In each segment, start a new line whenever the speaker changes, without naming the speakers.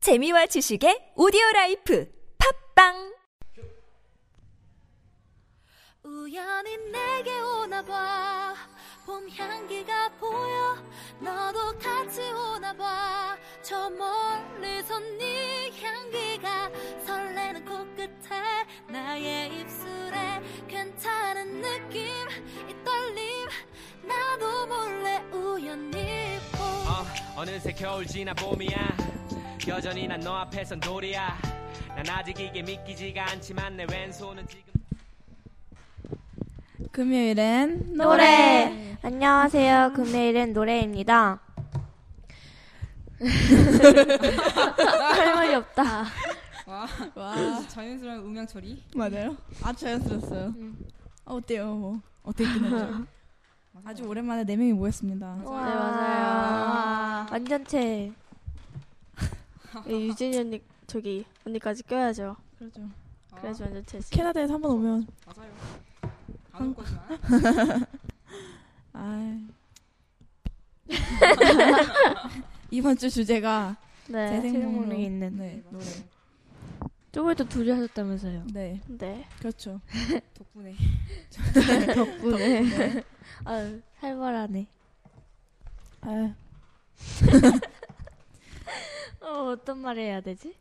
재미와 지식의 오디오 라이프 팝빵
우연히 내게 오나 봐. 봄 향기가 보여. 너도 같이 오나 봐. 저 멀리서 네 향기가 설레는 코끝에 나의 입술에 괜찮은 느낌 이 떨림 나도 몰래 우연히 봄
어, 어느새 겨울 지나 봄이야 여전히 난 너 앞에선 돌이야 난 아직 이게 믿기지가 않지만 내 왼손은 지금
금요일엔
노래. 안녕하세요. 금요일은 노래입니다. 할 말이 없다.
와
자연스러운 음향 처리.
맞아요. 아주 자연스러웠어요. 아, 어때요? 뭐 어떻게 끝났죠? 아주 오랜만에 네 명이 모였습니다.
어,
네 맞아요. 완전체.
네, 유진이 언니 저기 언니까지 껴야죠.
그렇죠.
그래야지 완전 채지.
캐나다에서 한 번 오면
맞아요. 다음 거지만.
아 이번 주 주제가
네.
재생목록에
있는.
네 노래.
저번에도 둘이 하셨다면서요.
네
네.
그렇죠.
덕분에
덕분에. 아유 살벌하네.
아
어 어떤 말 해야 되지?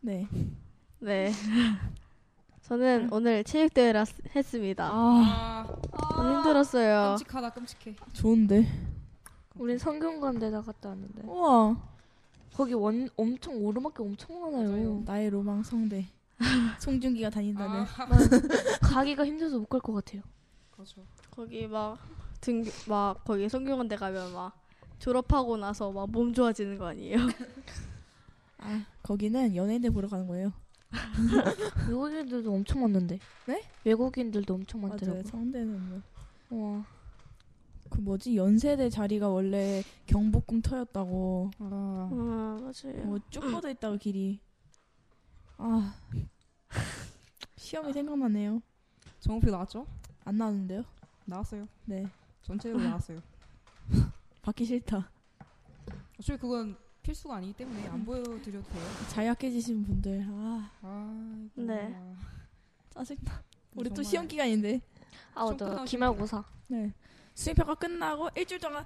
네.
네. 저는 오늘 체육대회라 스- 했습니다.
아
아,
너무 힘들었어요.
끔찍하다 끔찍해.
좋은데.
우린 성균관대다 갔다 왔는데
우와
거기 원 엄청 오르막길 엄청 많아요.
나의 로망 성대. 송중기가 다닌다는.
아,
가기가 힘들어서 못 갈 것 같아요.
그렇죠.
거기 막등막 거기 성균관대 가면 막 졸업하고 나서 막 몸 좋아지는 거 아니에요?
아 거기는 연예인들 보러 가는 거예요.
외국인들도 엄청 많는데.
네?
외국인들도 엄청
맞아요.
많더라고요.
성대는 뭐.
와.
그 뭐지 연세대 자리가 원래 경복궁 터였다고
아,
아 맞아요.
뭐 쭉 뻗어 있다고 길이 아 시험이 생각나네요
정우표 나왔죠?
안 나왔는데요
나왔어요.
네
전체로 나왔어요.
받기 싫다
어차피 그건 필수가 아니기 때문에 안 보여드려도 돼요.
자약해지신 분들 아
아,
네.
짜증나 우리 또
정말.
시험 기간인데
아,
좀
맞다.
끊어주세요.
기말고사.
네 수행평가 끝나고 일주일 동안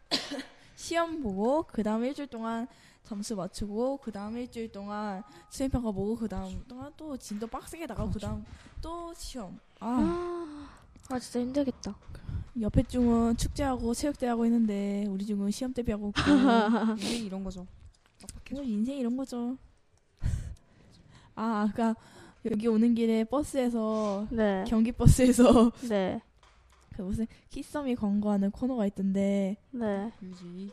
시험 보고 그 다음 일주일 동안 점수 맞추고 그 다음 일주일 동안 수행평가 보고 그 다음 동안 또 진도 빡세게 나가고 그 다음 또 시험 아
아, 진짜 힘들겠다.
옆에 쪽은 축제하고 체육대회하고 있는데 우리 쪽은 시험 대비하고 있고
인생 이런 거죠.
뭐 인생 이런 거죠. 아 아까 여기 오는 길에 버스에서
네.
경기 버스에서
네.
그 무슨 키썸이 광고하는 코너가 있던데
네.
유지.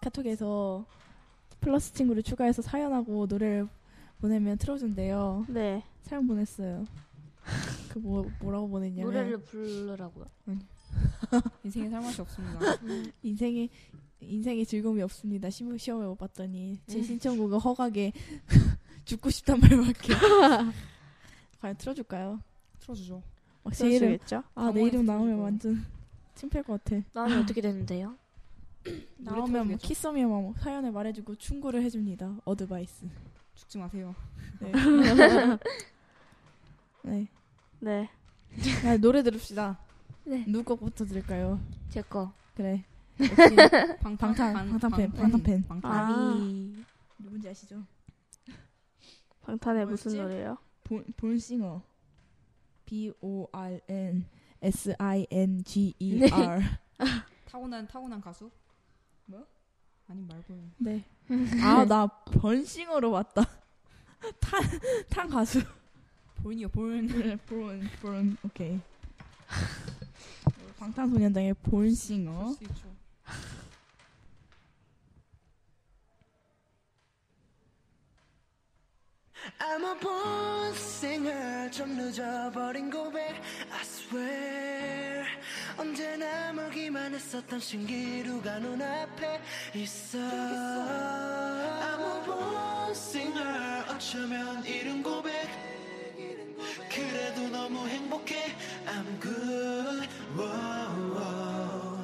카톡에서 플러스 친구를 추가해서 사연하고 노래를 보내면 틀어준대요.
네.
사연 보냈어요. 그 뭐 뭐라고 보냈냐면
노래를 부르라고요.
인생에 살맛이 없습니다.
인생에 인생에 즐거움이 없습니다. 시험 시험을 못 봤더니 제 신청곡은 허각에 죽고 싶단 말밖에. 과연 틀어줄까요?
틀어주죠.
막 제 이름
그러시겠죠?
아내
영원히
이름 나오면
틀어주고.
완전 침필 것 같아.
나는 어떻게 되는데요?
노래
나오면 뭐
틀어주겠죠.
키썸이야 뭐 사연을 말해주고 충고를 해줍니다. 어드바이스.
죽지 마세요.
네. 네.
네.
야, 노래 들읍시다.
네.
누구 것부터 들을까요?
제 거.
그래.
방탄
방탄, 방탄팬, 방탄팬.
방탄.
아.
아미.
누군지 아시죠?
방탄의 무슨
뭐였지?
노래예요?
본 본싱어. B O R N S I N G E R.
타고난 타고난 가수?
뭐?
아니 말고요.
네. 아, 나 번싱어로 왔다. 탄, 탄 가수. 네,
본이요 본.
본, 본, 오케이. 방탄소년단의 본싱어.
그럴 수 있죠.
I'm a born singer 좀 늦어버린 고백 I swear 언제나 멀기만 했었던 신기루가 눈앞에 있어 I'm a born singer 어쩌면 이른 고백 그래도 너무 행복해 I'm good wow, wow.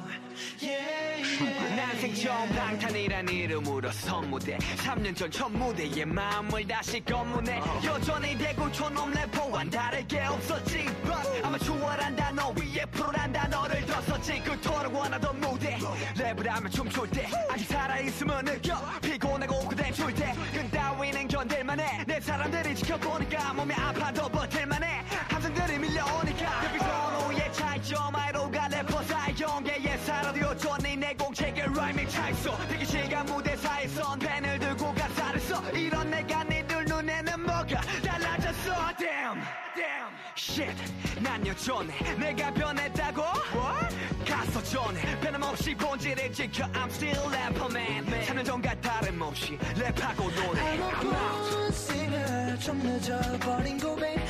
Yeah, yeah.
난 생각
정방탄이란 이름으로 선무대 3년 전 첫 무대에 마음을 다시 검문해 여전히 대구 촌놈 래퍼와는 다르게 없었지 But 아마 추월한 단어 위에 프로란 단어를 뒀었지 그토록 원하던 무대 랩을 하면 춤출 때 아직 살아있음을 느껴 피곤하고 고대출 때근 따위는 견딜만해 내 사람들이 지켜보니까 몸이 아파도 버틸만해 함성들이 밀려오니까 여기 선호의 차이점 아이로가 래퍼 사이 경계에 살아도 여전히 내 공책에 라임이 차있어 대기실과 무대사에선 펜을 들고 가사를 써 이런 내가 니들 눈에는 뭐가 달라졌어 Damn Damn Shit 난 여전해 내가 변했다고? What? 가서 전해 변함없이 본질을 지켜 I'm still rapper man 3년 전과 다름없이 랩하고 노래
I'm a
I'm out
born singer 좀 늦어버린 고백 I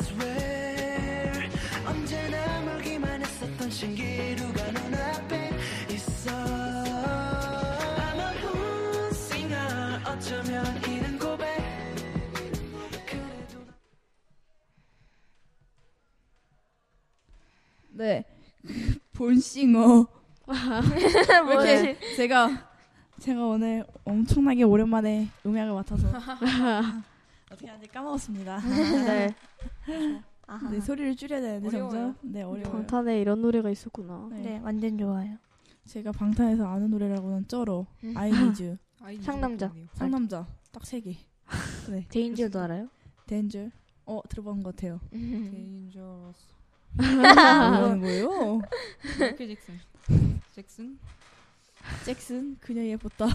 swear 언제나 멀기만 했었던 신기루가 눈앞에 있어 I'm a born singer 어쩌면 이른 고백 그래도
네. 본싱어. 왜 이렇게 제가 제가 오늘 엄청나게 오랜만에 음향을 맡아서 어떻게 하는지 까먹었습니다.
네.
네, 소리를 줄여야 되는데
어려워요.
점점 네 어려워요.
방탄에 이런 노래가 있었구나.
네.
네, 완전 좋아요.
제가 방탄에서 아는 노래라고는 쩔어, 아이니즈,
아이,
상남자.
이거군요.
상남자 딱 세 개. 네,
데인지도 알아요?
Danger. 어 들어본 것 같아요.
음.
Dangerous.
뭐라는 거예요?
마이클 잭슨. 잭슨
잭슨 그녀 예뻤다.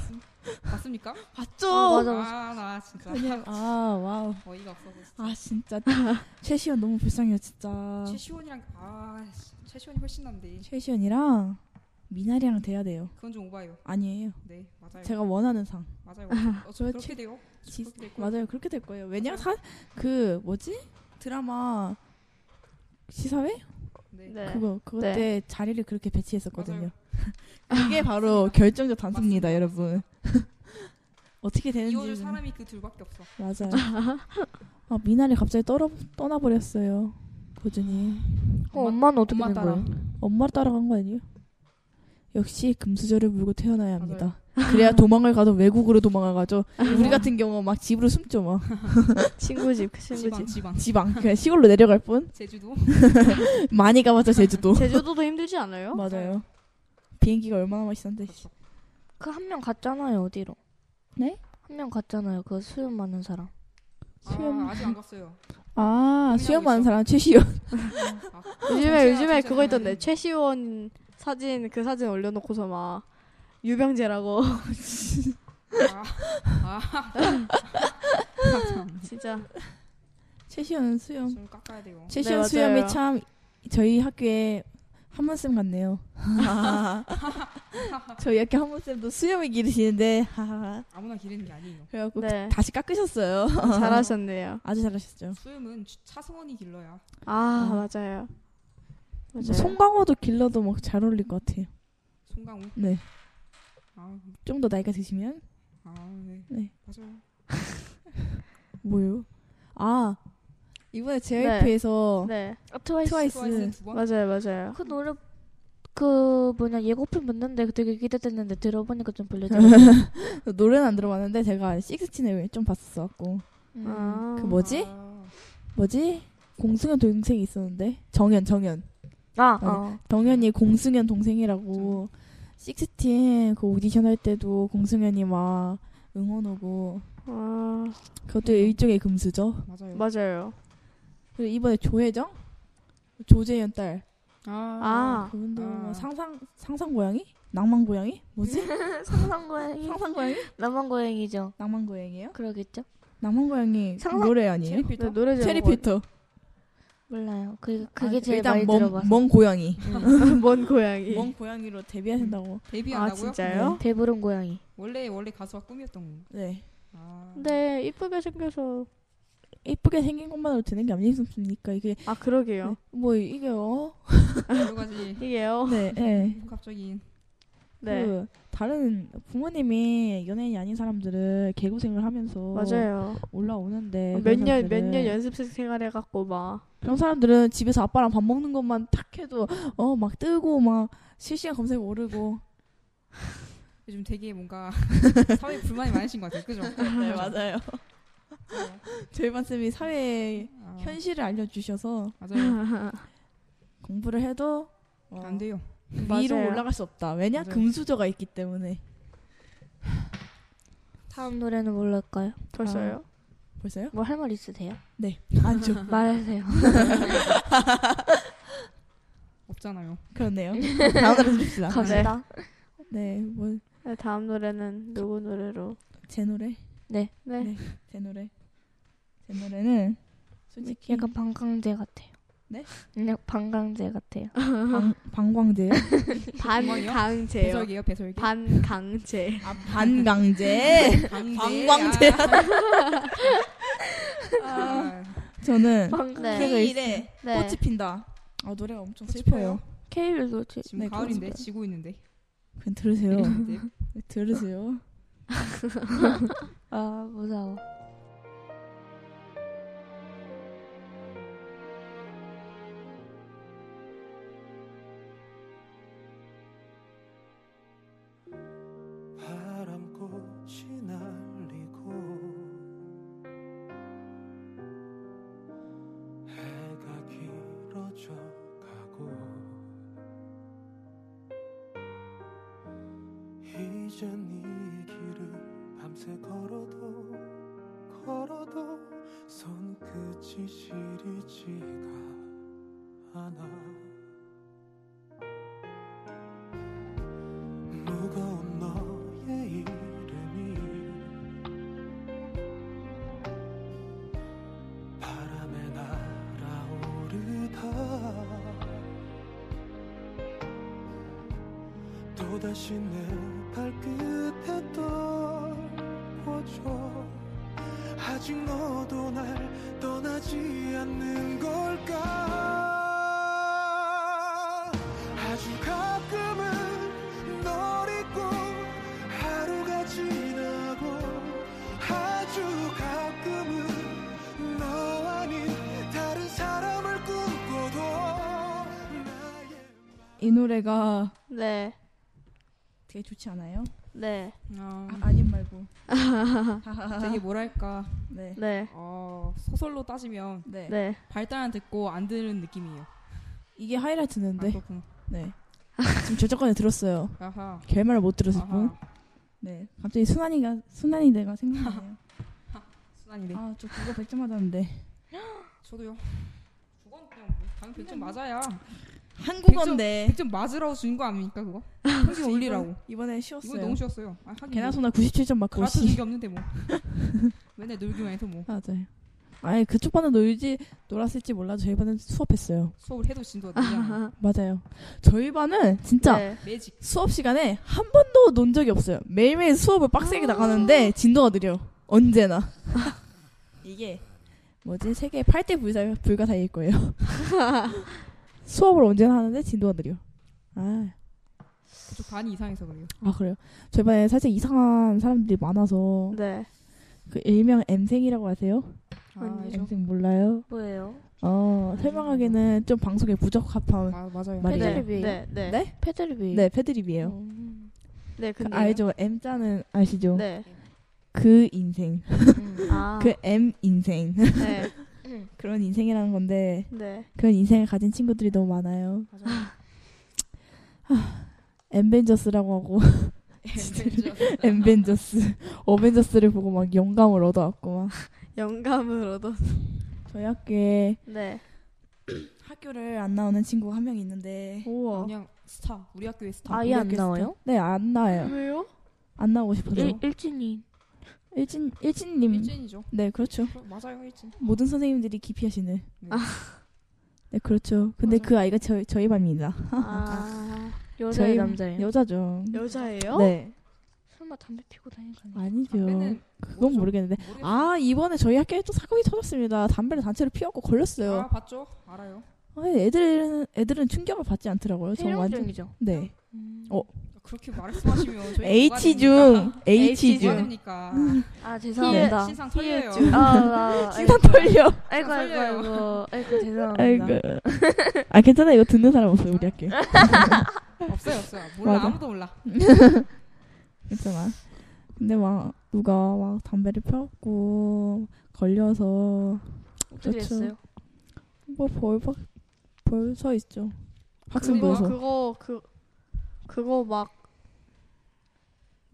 맞습니까?
봤죠?
아, 맞아 맞아.
아나 진짜
그냥 어, 아 와우.
어이가 없어서.
아 진짜 최시원 너무 불쌍해요 진짜.
최시원이랑 아 씨, 최시원이 훨씬 난데.
최시원이랑 미나리랑 돼야 돼요.
그건 좀 오바예요.
아니에요.
네 맞아요.
제가 원하는 상.
맞아요. 어, 저
저
그렇게
최-
돼요. 저
지-
그렇게 될 거예요.
맞아요. 그렇게 될 거예요. 왜냐 사그 뭐지 드라마 시사회
네.
네.
그거 그거
네.
때 자리를 그렇게 배치했었거든요. 그게 바로 결정적 단서입니다, 여러분. 어떻게
이어줄
되는지
사람이 그 둘밖에 없어.
맞아요. 아 미나리 갑자기 떠나 떠나버렸어요. 고준이
그럼 엄마는 어떻게
엄마
된
따라.
거예요?
엄마를 따라간 거 아니에요? 역시 금수저를 물고 태어나야 합니다. 그래야 도망을 가도 외국으로 도망가죠. 우리 같은 경우 막 집으로 숨죠, 막
친구 집, 그 친구
지방
집.
지방.
지방 그냥 시골로 내려갈 뿐.
제주도.
많이 가봤자 제주도.
제주도도 힘들지 않아요?
맞아요. 비행기가 얼마나 맛있는데. 씨.
그 한 명 갔잖아요 어디로?
네?
한 명 갔잖아요 그 수염 많은 사람.
수염-
아, 아직 안 갔어요.
아
고민하고
수염 많은
있어.
사람 최시원.
아,
요즘에 요즘에
진짜
그거 있던데 최시원 사진 그 사진 올려놓고서 막 유병재라고
아, 아, 참.
진짜
최시원 수염.
좀 깎아야 돼요.
최시원
네,
수염이
맞아요.
참 저희 학교에 한문 쌤 같네요. 저희 학교 한문 쌤도 수염을 기르시는데
아무나 기르는 게 아니에요.
그래갖고
네
다시 깎으셨어요.
아. 잘하셨네요.
아주 잘하셨죠.
수염은 주- 차승원이 길러야.
아뭐 맞아요. 맞아요.
송강호도 길러도 막 잘 어울릴 것 같아요.
송강호.
네.
아,
좀 더 나이가 드시면
아, 네.
네.
맞아요.
뭐요? 아 이번에 JYP에서
네
아, 트와이스.
트와이스.
트와이스 두 번.
맞아요 맞아요.
그 노래 그 뭐냐 예고편 봤는데 그 되게 기대됐는데 들어보니까 좀 별로죠.
노래는 안 들어봤는데 제가 식스틴을 좀 봤었고
음.
아,
그 뭐지
아,
뭐지 공승현 동생이 있었는데 정현 정현
아,
네.
어.
정현이 공승현 동생이라고 식스틴 그 오디션 할 때도 공승현이 막 응원 오고
아
그것도 일종의 금수죠.
맞아요.
맞아요.
그리고 이번에 조혜정 조재현 딸
아
그분도
아.
뭐 상상 상상 고양이 낭만 고양이 뭐지
상상 고양이.
상상 고양이
나만 고양이죠.
낭만 고양이에요?
그러겠죠?
낭만 고양이
상상-
노래 아니에요?
체리 필터.
네, 노래 제목
체리 피터.
몰라요. 그 그게
아,
제일
일단
많이
먼,
들어봐서.
먼 고양이.
먼 고양이.
먼 고양이로 데뷔하신다고.
아
데뷔한다고요?
진짜요?
배부른 고양이.
원래 원래 가수가 꿈이었던 거.
네.
아,
네 이쁘게 생겨서
이쁘게 생긴 것만으로 되는 게 아니었습니까? 이게
아 그러게요.
뭐 이게요.
여러 가지
이게요.
네. 네.
복합적인.
네
그 다른 부모님이 연예인이 아닌 사람들은 개고생을 하면서
어. 맞아요.
올라오는데
몇 년 몇 년 연습생 생활해갖고 막
그런 사람들은 집에서 아빠랑 밥 먹는 것만 탁 해도 어 막 뜨고 막 실시간 검색 오르고
요즘 되게 뭔가 사회 에 불만이 많으신 것 같아요. 그죠?
네 맞아요.
맞아요.
저희 반쌤이 사회
아,
현실을 알려주셔서
네.
맞아요.
공부를 해도 어,
안 돼요.
위로
맞아요.
올라갈 수 없다. 왜냐
맞아요.
금수저가 있기 때문에
다음 노래는 뭘까요?
벌써요?
벌써요?
뭐 할 말 있으세요?
안죠.
말하세요.
없잖아요.
그렇네요. 다음 노래 들읍시다.
갑시다.
네, 뭐 제
네, 다음 노래는 누구 노래로?
노래,
네.
네. 제 노래, 제 노래는 솔직히
약간 방광제 같아요.
네?
그냥 방광제 같아요.
방, 방광제요?
반강제요.
배설기요, 배설기.
반강제.
아, 반강제. 방광제.
아, 저는
저는
어,
방광제.
제가 있-
네.
꽃이 핀다. 아 노래가 엄청 슬퍼요.
케이윌 노치.
지금
네,
가을인데
그렇습니다.
지고 있는데.
그냥 들으세요.
네.
네, 들으세요.
아 무서워.
바람꽃이 날리고 해가 길어져 가고 이젠 이 길을 밤새 걸어도 걸어도 손끝이 시리지가 않아 무거운 너의 이름이 바람에 날아오르다 또다시 내 발끝에 떨궈줘 아직 너도 날 떠나지 않는 걸까 아주 가끔은 널 잊고 하루가 지나고 아주 가끔은 너 아닌 다른 사람을 꿈꿔도 나의
이 노래가
네.
되게 좋지 않아요?
네.
아,
아, 아님 말고. 아.
되게 뭐랄까.
네.
네.
어, 소설로 따지면
네.
네.
발달은 듣고 안 들은 느낌이에요.
이게
아,
하이라이트인데.
그렇구나.
네. 지금 저작권에 들었어요.
아하.
결말을 못 들었을 뿐.
아하.
네. 갑자기 순환이가 순환이 내가 생각나네요.
순환이네.
아, 저 그거 100점 맞았는데.
저도요. 그건 그냥 뭐 당연히 100점 맞아야.
한국어인데.
100점 맞으라고 준 거 아닙니까 그거? 평균 올리라고.
이번에
이건
쉬웠어요.
너무 쉬웠어요. 아, 하긴 뭐
개나소나 97점 맞고
갈아타는
씨.
게 없는데 뭐. 맨날 놀기만 해서 뭐
맞아요. 네. 아니 그쪽 반은 놀지 놀았을지 몰라도 저희 반은 수업했어요.
수업을 해도 진도가 늘잖아.
맞아요. 저희 반은 진짜
네.
매직.
수업 시간에 한 번도 논 적이 없어요. 매일매일 수업을 빡세게 나가는데 진도가 느려. 언제나. 이게 뭐지? 세계 8대 불사, 불가사일 거예요. 수업을 언제나 하는데 진도가 느려. 아,
그쪽 반이 이상해서 그래요.
아 그래요? 저희 반에 사실 이상한 사람들이 많아서
네.
그 일명 M생이라고 아세요?
아,
아니죠.
알죠.
M생 몰라요?
뭐예요?
어, 설명하기는 좀 방송에 부적합한
아, 맞아요.
말이-
패드립이.
네. 네.
네?
패드립이.
네, 패드립이에요.
음.
네.
그
근데
알죠? M자는 아시죠?
네.
그 인생.
음.
아.
그 M 인생.
네.
그런 인생이라는 건데
네.
그런 인생을 가진 친구들이 너무 많아요. 엠벤져스라고 하고 엠벤져스, 어벤져스를 보고 막 영감을 얻어왔고 막
영감을 얻어.
저희 학교에
네.
학교를 안 나오는 친구가 한 명 있는데
우와.
그냥 스타. 우리 학교의 스타.
아예 안
모르겠어요.
나와요?
네 안 나와요.
왜요?
안 나오고
일,
싶어서
일진이.
일진 일진님
일진이죠.
네 그렇죠.
그럼 음. 어, 맞아요, 일진.
모든 선생님들이 기피하시는
네.
아.
네 그렇죠. 근데
맞아.
그 아이가 저희 저희 반입니다.
아.
여자
저희
남자예요.
여자죠.
여자예요?
네
설마 담배 피고 다니는 거 아니에요?
아니죠.
담배는
그건
모르죠.
모르겠는데
모르겠어요.
아 이번에 저희 학교에 또 사건이 터졌습니다. 담배를 단체로 피웠고 걸렸어요.
아, 봤죠? 알아요.
아, 애들은 애들은 충격을 받지 않더라고요. 저 완전
해룡증이죠.
네
음. 어,
그렇게 말씀하시면 저희
H 중 H
H중.
중 음,
뭐합니까?
아 죄송합니다.
신상 털려요.
아, 아,
신상 털려.
아이고 아이고
털려요.
아이고 아이고 죄송합니다.
아이고. 아 괜찮아 이거 듣는 사람 없어요 우리 학교. 에
없어요, 없어요. 몰라
맞아.
아무도 몰라.
있잖아. 근데 막 누가 막 담배를 펴갖고 걸려서
어떻게
그쵸.
됐어요?
뭐 벌박 벌서 있죠.
그거
학생부에서
그거 그 그거 막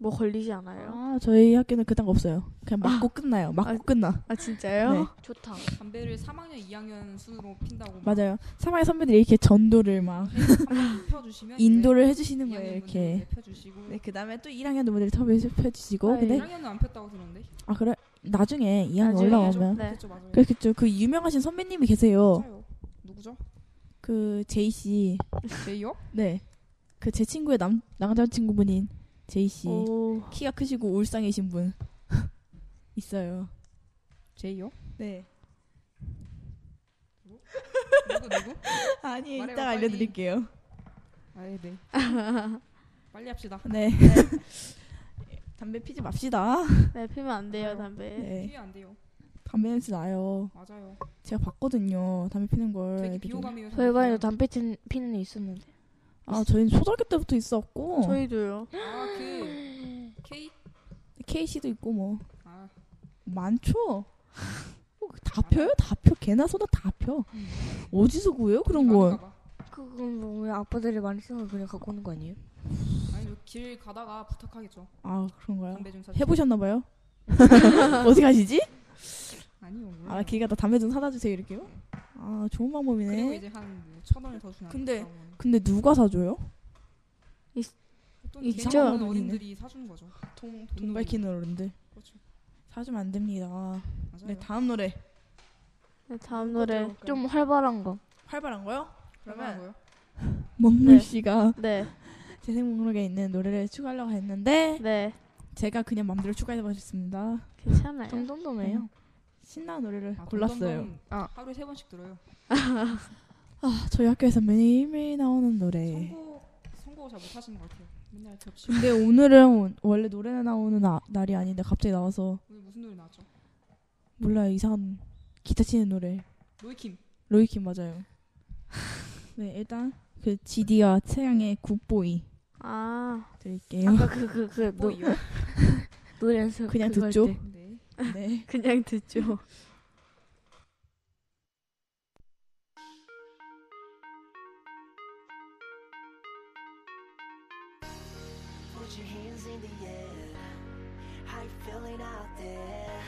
뭐 걸리지 않아요?
아 저희 학교는 그딴 거 없어요. 그냥 맞고 끝나요. 맞고
아,
끝나.
아 진짜요?
네.
좋다.
담배를 3학년, 2학년 순으로 핀다고 막
맞아요. 사마의 선배들이 이렇게 전도를 막
한번 펴주시면 이제
인도를 해주시는 거예요.
2학년 분들은
이렇게.
이제 펴주시고
네, 그 다음에 또 1학년 분들이 탑을 펴주시고
아,
근데
1학년은 안 폈다고 들었는데
아 그래 예. 나중에 2학년
나중에
올라오면
네.
그렇죠 맞아요
그렇겠죠. 그 유명하신 선배님이 계세요.
맞아요 누구죠?
그 제이 씨.
제이요?
네. 그 제 친구의 남 남자친구분인 제이 씨.
오
키가 크시고 울상이신 분 있어요.
제이요?
네.
누구 누구?
아니
말해요,
이따
빨리.
알려드릴게요.
아네 빨리 합시다
네. 담배 피지 맙시다.
네, 피면 안 돼요 담배.
네.
피해 예, 안 돼요
담배 냄새 나요.
맞아요
제가 봤거든요. 담배 피는 걸.
되게
네, 애들이.
비호감이에요
저희 반에도 담배 튼- 피는 애 있었는데.
아 저희는 초등학교
어.
때부터
어,
있었고
저희도요.
아그 K?
K 씨도 있고 뭐
아
많죠. 어,
그
다 펴요, 다 펴. 개나 소나 다 펴. 어디서 구해요 그런 걸?
음. 아닌가 봐.
그건 뭐 그냥 아빠들이 많이 쓰는 걸 그냥 갖고 오는 거 아니에요?
아니 저길 가다가 부탁하겠죠
아 그런 거요.
담배 좀 사주세요
해보셨나봐요. 어디 가시지?
아니요 몰라요.
아 길가다 담배 좀 사다 주세요 이렇게요. 아 좋은
음. 그리고
방법이네.
이제 한천 원을 더 주나
근데
보다.
근데 누가 사줘요?
어떤
이
개성
진짜
없는
어른이네.
어린들이 사주는 거죠 돈,
돈 밝히는 어른들
그렇죠
사주면 안 됩니다.
맞아요
네 다음 노래
네, 다음 노래.
좀 활발한 거.
활발한 거요?
그러면
그러면
뭐요?
먹물
네.
씨가
네,
재생 목록에 있는 노래를 추가하려고 했는데
네,
제가 그냥 마음대로 추가해버렸습니다.
괜찮아요.
동동동해요.
신나는 노래를
아,
골랐어요.
덤덤덤 하루에 세 번씩 들어요
아, 저희 학교에서 매일매일 나오는 노래.
선곡 선곡을 잘 못하시는 것 같아요. 맨날 겹치고
근데 오늘은 원- 원래 노래는 나오는 아- 날이 아닌데 갑자기 나와서
오늘 무슨 노래 나왔죠?
몰라 요 이상한 기타 치는 노래.
로이킴
로이킴 맞아요. 네 일단 그 지디와 채양의 굿보이
아,
드릴게요.
아까 그 그 그
뭐 이요?
노래 연습
그냥
그거 할
듣죠?
때.
네.
네.
그냥 듣죠.
Put your hands in the air. How you feeling out there?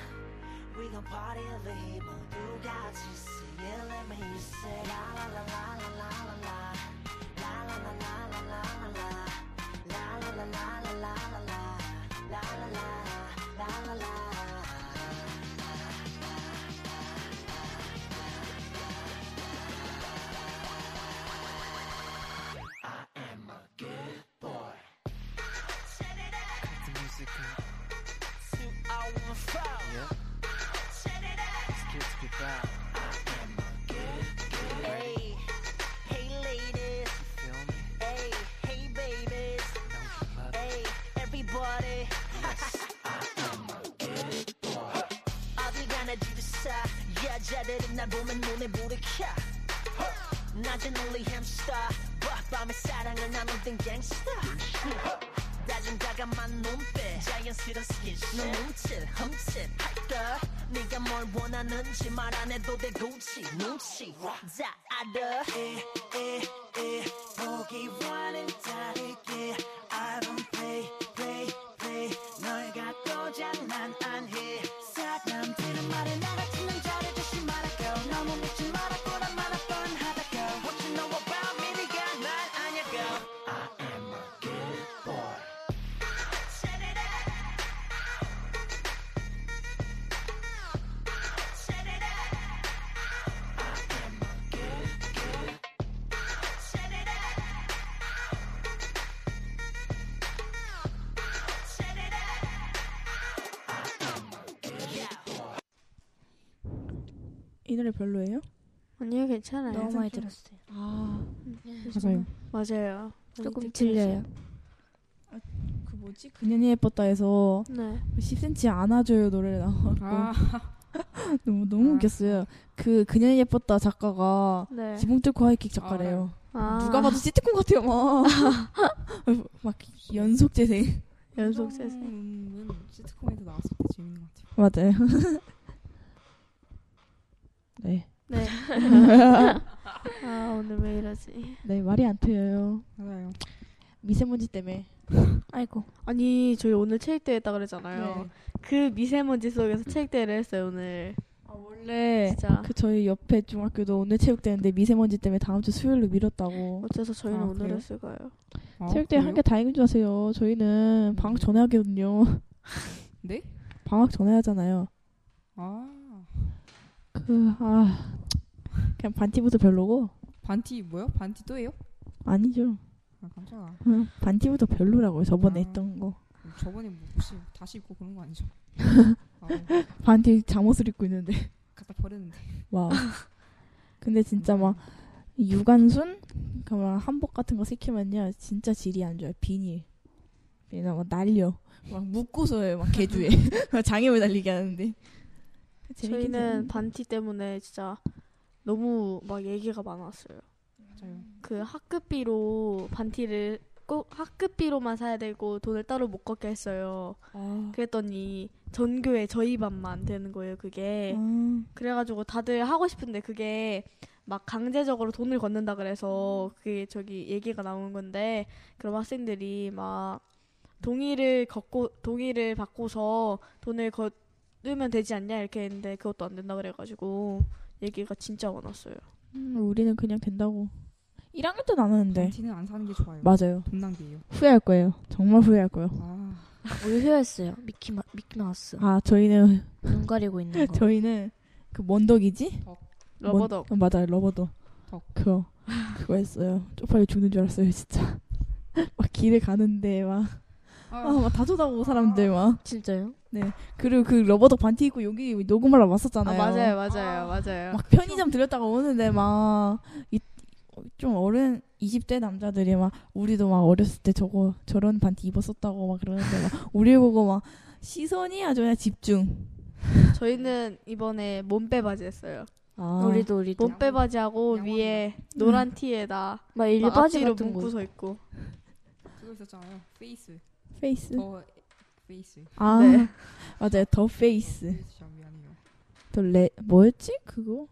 We gon' party 뭐 over here, but you got to sing it. Let me hear 뭐 you "아, say la la la la la la la la la la la la la la la la la la la la la la la la la la la la la la. Hey, hey ladies. Hey, hey babies. Hey, everybody. 어디 가나 주사 여자들은 날 보면 눈에 불이 켜. 낮은 우리 햄스터, 밤에 사랑을 나누던 갱스터. 낮은 과감한 눈빛, 자연스러운 스킨십, 눈 움찔, 흠칫, 할까? 네가 뭘 원하는지 말 안 해도 돼 굳이 눈치 다 알아. 보기와는 다르게 I don't play play play 널 갖고자 난 안해 사람들은 말을 알아듣는 자를 조심하라 girl 너무 믿지 마라 꼬란 말아 뻔하다 girl What you know about me 네가 날 아냐 girl
이 노래 별로예요?
아니요, 괜찮아요.
너무 많이 들었어요.
아,
맞아요.
맞아요.
조금 질려요.
그 뭐지? 그년이 예뻤다에서
네.
10cm 안아줘요 노래를 나왔고
아
너무 너무
아.
웃겼어요. 그 그년이 예뻤다 작가가
네.
지붕뚫 고하이킥 작가래요.
아,
누가 봐도 시트콤 같아요, 막. 막 연속 재생.
음,
연속 세세.
은 음. 시트콤에서 나왔을 때 재밌는 것 같아요.
맞아요. 네.
네. 아 오늘 왜 이러지?
네, 말이 안 트여요.
맞아요.
미세먼지 때문에.
아이고.
아니 저희 오늘 체육대회 했다
네.
네.
그랬잖아요. 그 미세먼지 속에서 체육대회를 했어요 오늘.
아, 원래
진짜.
그 저희 옆에 중학교도 오늘 체육대회인데 미세먼지 때문에 다음 주 수요일로 미뤘다고.
어째서 저희는
아,
오늘
그래요?
했을까요?
아,
체육대회 한
그래요?
게 다행인 줄 아세요. 저희는 방학 전에 하거든요.
네?
방학 전에 하잖아요.
아
그, 아. 그냥 반티부터 별로고.
반티 뭐요? 반티 또예요?
아니죠.
아 깜짝아.
응, 음, 반티부터 별로라고요. 저번에
아.
했던 거.
저번에 뭐 혹시 다시 입고 그런 거 아니죠? 아,
반티 잠옷을 입고 있는데.
갖다 버렸는데.
와우. 근데 진짜 막 유관순 그막 한복 같은 거 시키면요 진짜 질이 안 좋아요 비닐 비닐 막 날려 막 묶고서 막 개주에 장애물 날리게 하는데 재밌긴
저희는
재밌는데.
반티 때문에 진짜 너무 막 얘기가 많았어요.
맞아요.
그 학급비로 반티를 꼭 학급비로만 사야 되고 돈을 따로 못 걷게 했어요.
아,
그랬더니 전교에 저희 반만 되는 거예요, 그게.
아,
그래가지고 다들 하고 싶은데 그게 막 강제적으로 돈을 걷는다 그래서 그게 저기 얘기가 나온 건데 그럼 학생들이 막 동의를 걷고 동의를 받고서 돈을 걷으면 되지 않냐 이렇게 했는데 그것도 안 된다 그래가지고 얘기가 진짜 많았어요.
음, 우리는 그냥 된다고 1학년 때는 안 하는데
반티는 안 사는 게 좋아요.
네. 맞아요
돈 낭비예요.
후회할 거예요 정말 후회할 거예요
아
뭘 회화했어요? 미키 마, 미키 마우스.
아 저희는
눈 가리고 있는 거.
저희는 그 뭔덕이지
러버덕
뭔- 어, 맞아요 러버덕
덕.
그거 그거 했어요 쪽팔려 죽는 줄 알았어요 진짜 막 길을 가는데 막 아, 막 다쳐다보고 사람들 막.
진짜요?
그리고 그 러버덕 반티 입고 여기 녹음하러
아
왔었잖아요.
맞아요 맞아요 맞아요.
막 편의점 들렸다가 오는데 막, 이, 좀 어른, 20대 남자들이 막, 우리도 막 어렸을 때 저거, 저런 반티 입었었다고 막 그러는데 막, 우리 보고 막, 시선이 아주 그냥 집중.
저희는 이번에 몸빼 바지 했어요.
아,
우리도 우리도.
몸빼 바지하고 위에 노란 티에다
막
막
일바지
앞뒤로
같은
묶고
거.
서 있고.
그거 있었잖아요. 페이스.
페이스.
더 페이스. 어,
아,
네.
맞아요. 더 페이스.
페이스 참 미안해요.
더 레, 뭐였지? 그거?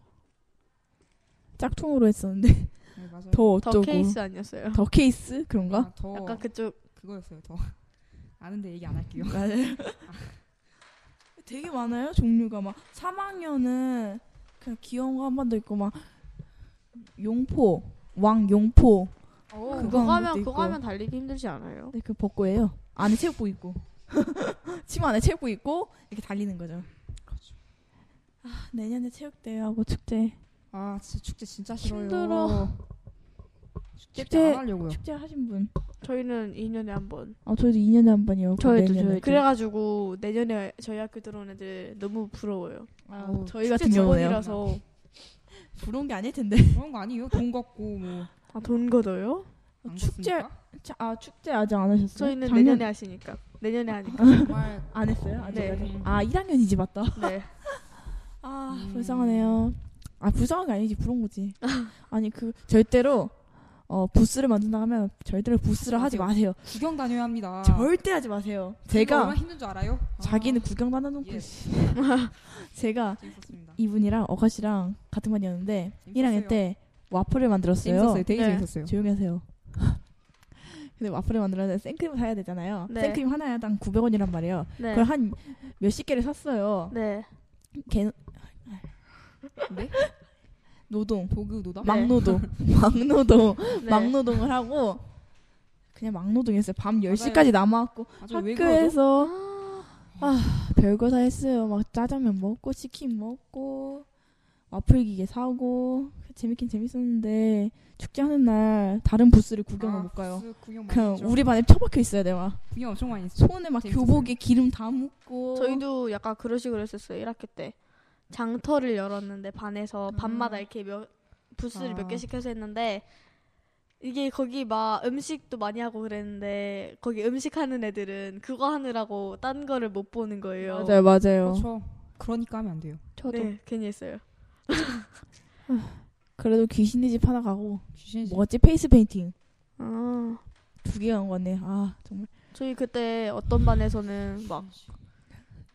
짝퉁으로 했었는데.
네 맞아요.
더
더
어쩌고.
케이스 아니었어요.
더 케이스? 그런가? 그러니까.
아, 더
약간 그쪽
그거였어요. 더 아는데 얘기 안 할게요.
맞아요. 되게 많아요 종류가 막 3학년은 그냥 귀여운 거 한 번 더 있고 막 용포 왕 용포
어.
그거
그거
한
하면
것도 있고.
그거 하면 달리기 힘들지 않아요?
네, 그 벚꽃이에요. 안에 체육복 입고 치마 안에 체육복 입고 이렇게 달리는 거죠. 아, 내년에 체육대회하고 축제
아 진짜 축제 진짜 싫어요.
힘들어.
축제
축제-
안 하려고요.
축제 하신 분?
저희는 2년에 한 번.
아 저희도 2년에 한 번이요.
저희도, 저희도.
그래가지고 내년에 저희 학교 들어온 애들 너무 부러워요.
어우,
아, 저희 같은
축제
경우에요.
직원이라서
부러운 게 아닐 텐데.
그런 거 아니에요? 돈 걷고 뭐안
아, 돈 걷어요?
축제-
걷습니까?
자, 아 축제 아직 안 하셨어요?
저희는
작년-
내년에 하시니까 내년에 하니까.
정말
안 했어요. 아,
네.
네. 아 1학년이지 맞다.
네.
아
음.
불쌍하네요. 아 불쌍한 게 아니지 부러운 거지. 아니 그 절대로 어 부스를 만든다 하면 절대로 부스를 하지 마세요.
구경 다녀야 합니다.
절대 하지 마세요. 제가
얼마 힘든 줄 알아요? 아,
자기는 구경 다녀놓고
예.
제가
재밌었습니다.
이분이랑 어가씨랑 같은 반이었는데
재밌었어요.
1학년 때 와플을 만들었어요.
재밌었어요. 되게
네.
재밌었어요.
조용히 하세요. 근데 와플을 만들었는데 생크림을 사야 되잖아요.
네.
생크림 하나에 당 900원이란 말이에요.
네.
그걸 한 몇십 개를 샀어요.
네.
걔
네?
노동
도구 노담?
막노동 막노동
네.
막노동을 하고 그냥 막노동했어요. 밤 10시까지 남아갖고
맞아, 왜 그러죠?
학교에서 아, 별거 다 했어요. 막 짜장면 먹고 치킨 먹고 와플 기계 사고 재밌긴 재밌었는데 축제하는 날 다른 부스를 구경을
아,
못 가요.
부스 구경 많이
그냥
했죠.
우리 반에 처박혀 있어야 돼. 막
구경 엄청 많이 했어요.
손에 막
재밌었어요.
교복에 기름 다 묻고
저희도 약간 그런 식으로 했었어요. 1학기 때 장터를 열었는데 반에서 밤마다
음.
이렇게 몇 부스를
아.
몇 개씩 해서 했는데 이게 거기 막 음식도 많이 하고 그랬는데 거기 음식 하는 애들은 그거 하느라고 딴 거를 못 보는 거예요.
맞아요, 맞아요.
그렇죠. 그러니까 하면 안 돼요.
저도.
네, 괜히 했어요.
그래도 귀신의 집 하나 가고
귀신이
뭐지 페이스 페인팅
아,
두 개 간 거네. 아 정말
저희 그때 어떤 반에서는 막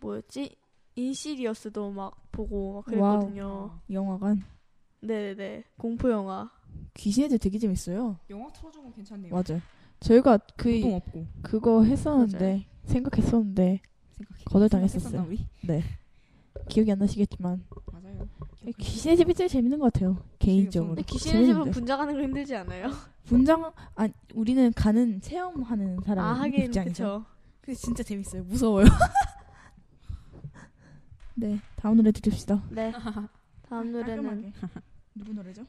뭐였지? 인시리어스도 막 보고 막 그랬거든요.
영화관
네네네. 공포 영화.
귀신 애들 되게 재밌어요.
영화 틀어주면 괜찮네요.
맞아요. 저희가 그
동 없고
그거 했었는데 생각했었는데
생각해.
거절당했었어요. 네.
생각했었나, 우리?
기억이 안 나시겠지만
맞아요.
네, 귀신의 집이 제일 재밌는 것 같아요. 개인적으로
근데
귀신의 집은
재밌는데.
분장하는 거 힘들지 않아요?
분장 아니 우리는 가는 체험하는
아
사람
하긴
입장에서
그쵸.
근데 진짜 재밌어요. 무서워요. 네 다음 노래 들읍시다.
네. 다음 노래는
누구 노래죠?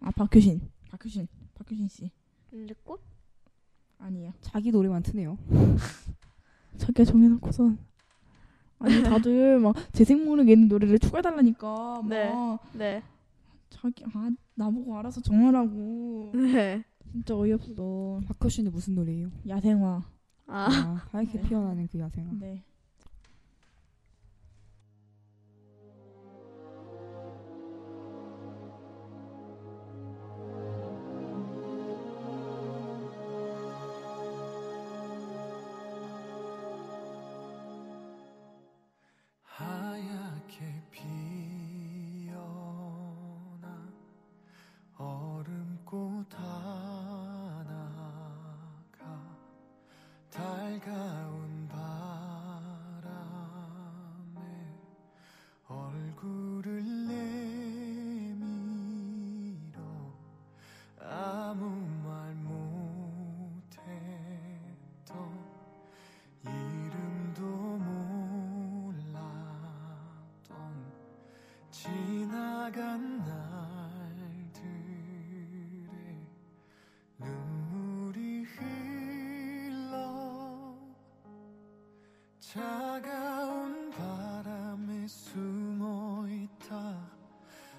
아 박효신. 박효신. 박효신 씨.
근데 꽃?
아니에요.
자기 노래만 트네요.
자기가 정해놓고선 아니 다들 막 재생 모르게 있는 노래를 추가해달라니까 막
네. 네.
자기 아 나보고 알아서 정하라고
네.
진짜 어이없어.
박효신은 무슨 노래예요?
야생화.
아.
아, 하얗게
네.
피어나는 그 야생아.
네.
하얗게 피어나 얼음꽃 하나가 달가운 바람에 얼굴을 내밀어 아무 말 못했던 이름도 몰랐던 지나간 날들의 눈물이 흘러 차가운 바람에 숨어 있다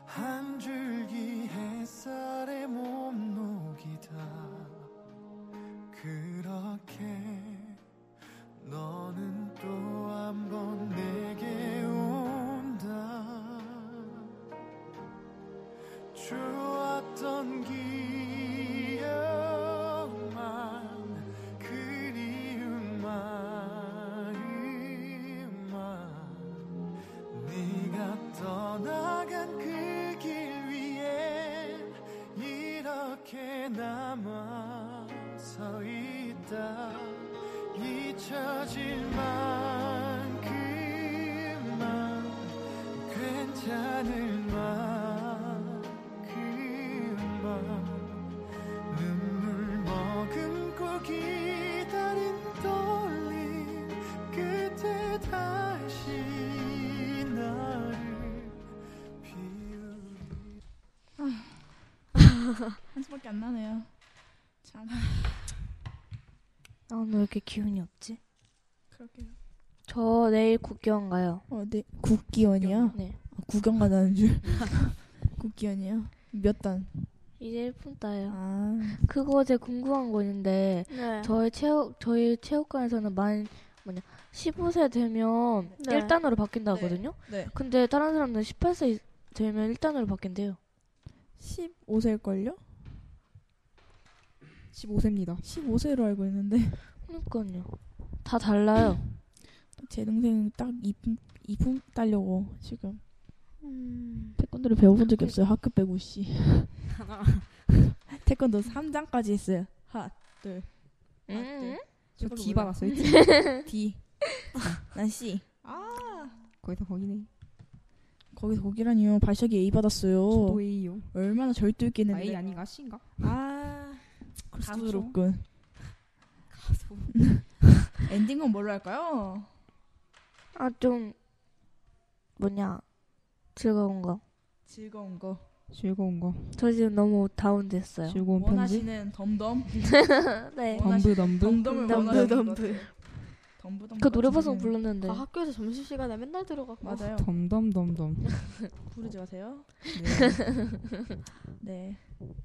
한 줄기 햇살에 몸 녹이다 그렇게 너는 또 한 번 내게 온다 좋았던 기억만 그리운 마음만 네가 떠나간 그 길 위에 이렇게 남아 서 있다 잊혀질 만큼만 괜찮을 만큼만 눈물 머금고 기다린 떨림 그때 다시 나를 비우리
한 수밖에 안 나네요. 참
아, 왜 이렇게 기운이 없지?
그렇게요.
저 내일 국경 가요.
어, 네. 국기원이요?
네.
아, 구경 가자는 줄. 국기원이요? 몇 단?
이제 1분 따요.
아,
그거 제가 궁금한 거 있는데
네.
아. 저희 체육 저희 체육관에서는 만 뭐냐 15세 되면
네.
1단으로 바뀐다 하거든요.
네.
근데 다른 사람들은 18세 되면 1단으로 바뀐대요.
15세일걸요?
15세입니다.
15세로 알고 있는데
그러니까요. 다 달라요.
제 동생 딱 이품 이품 따려고 지금
음.
태권도를 배워본 적이 없어요. 학교 빼고 씨. 태권도 3장까지 했어요. 하, 둘,
음.
저걸
저기
몰라.
박았어요.
D. 난 C.
거기서 거기네.
거기서 거기라니요. 발샥이 A 받았어요.
저도 A요.
얼마나 절도 있게
아, A
했는데.
아닌가 C인가?
아,
가수.
가수로군.
가수.
엔딩은 뭘로 할까요?
아 좀 뭐냐 즐거운 거.
즐거운 거.
즐거운 거.
저 지금 너무 다운됐어요.
즐거운 편지.
원하시는 덤덤.
네.
원하시-
덤블 덤블.
덤덤을
덤블,
네,
원하시는 것
덤블.
같아요. 덤블 덤블
그 노래방송
같은
불렀는데
아, 학교에서 점심 시간에 맨날 들어가고.
맞아요.
덤덤 덤덤.
부르지 마세요.
네.
네.
네.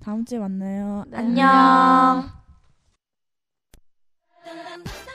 다음 주에 만나요.
안녕.
딴딴딴딴 Oh.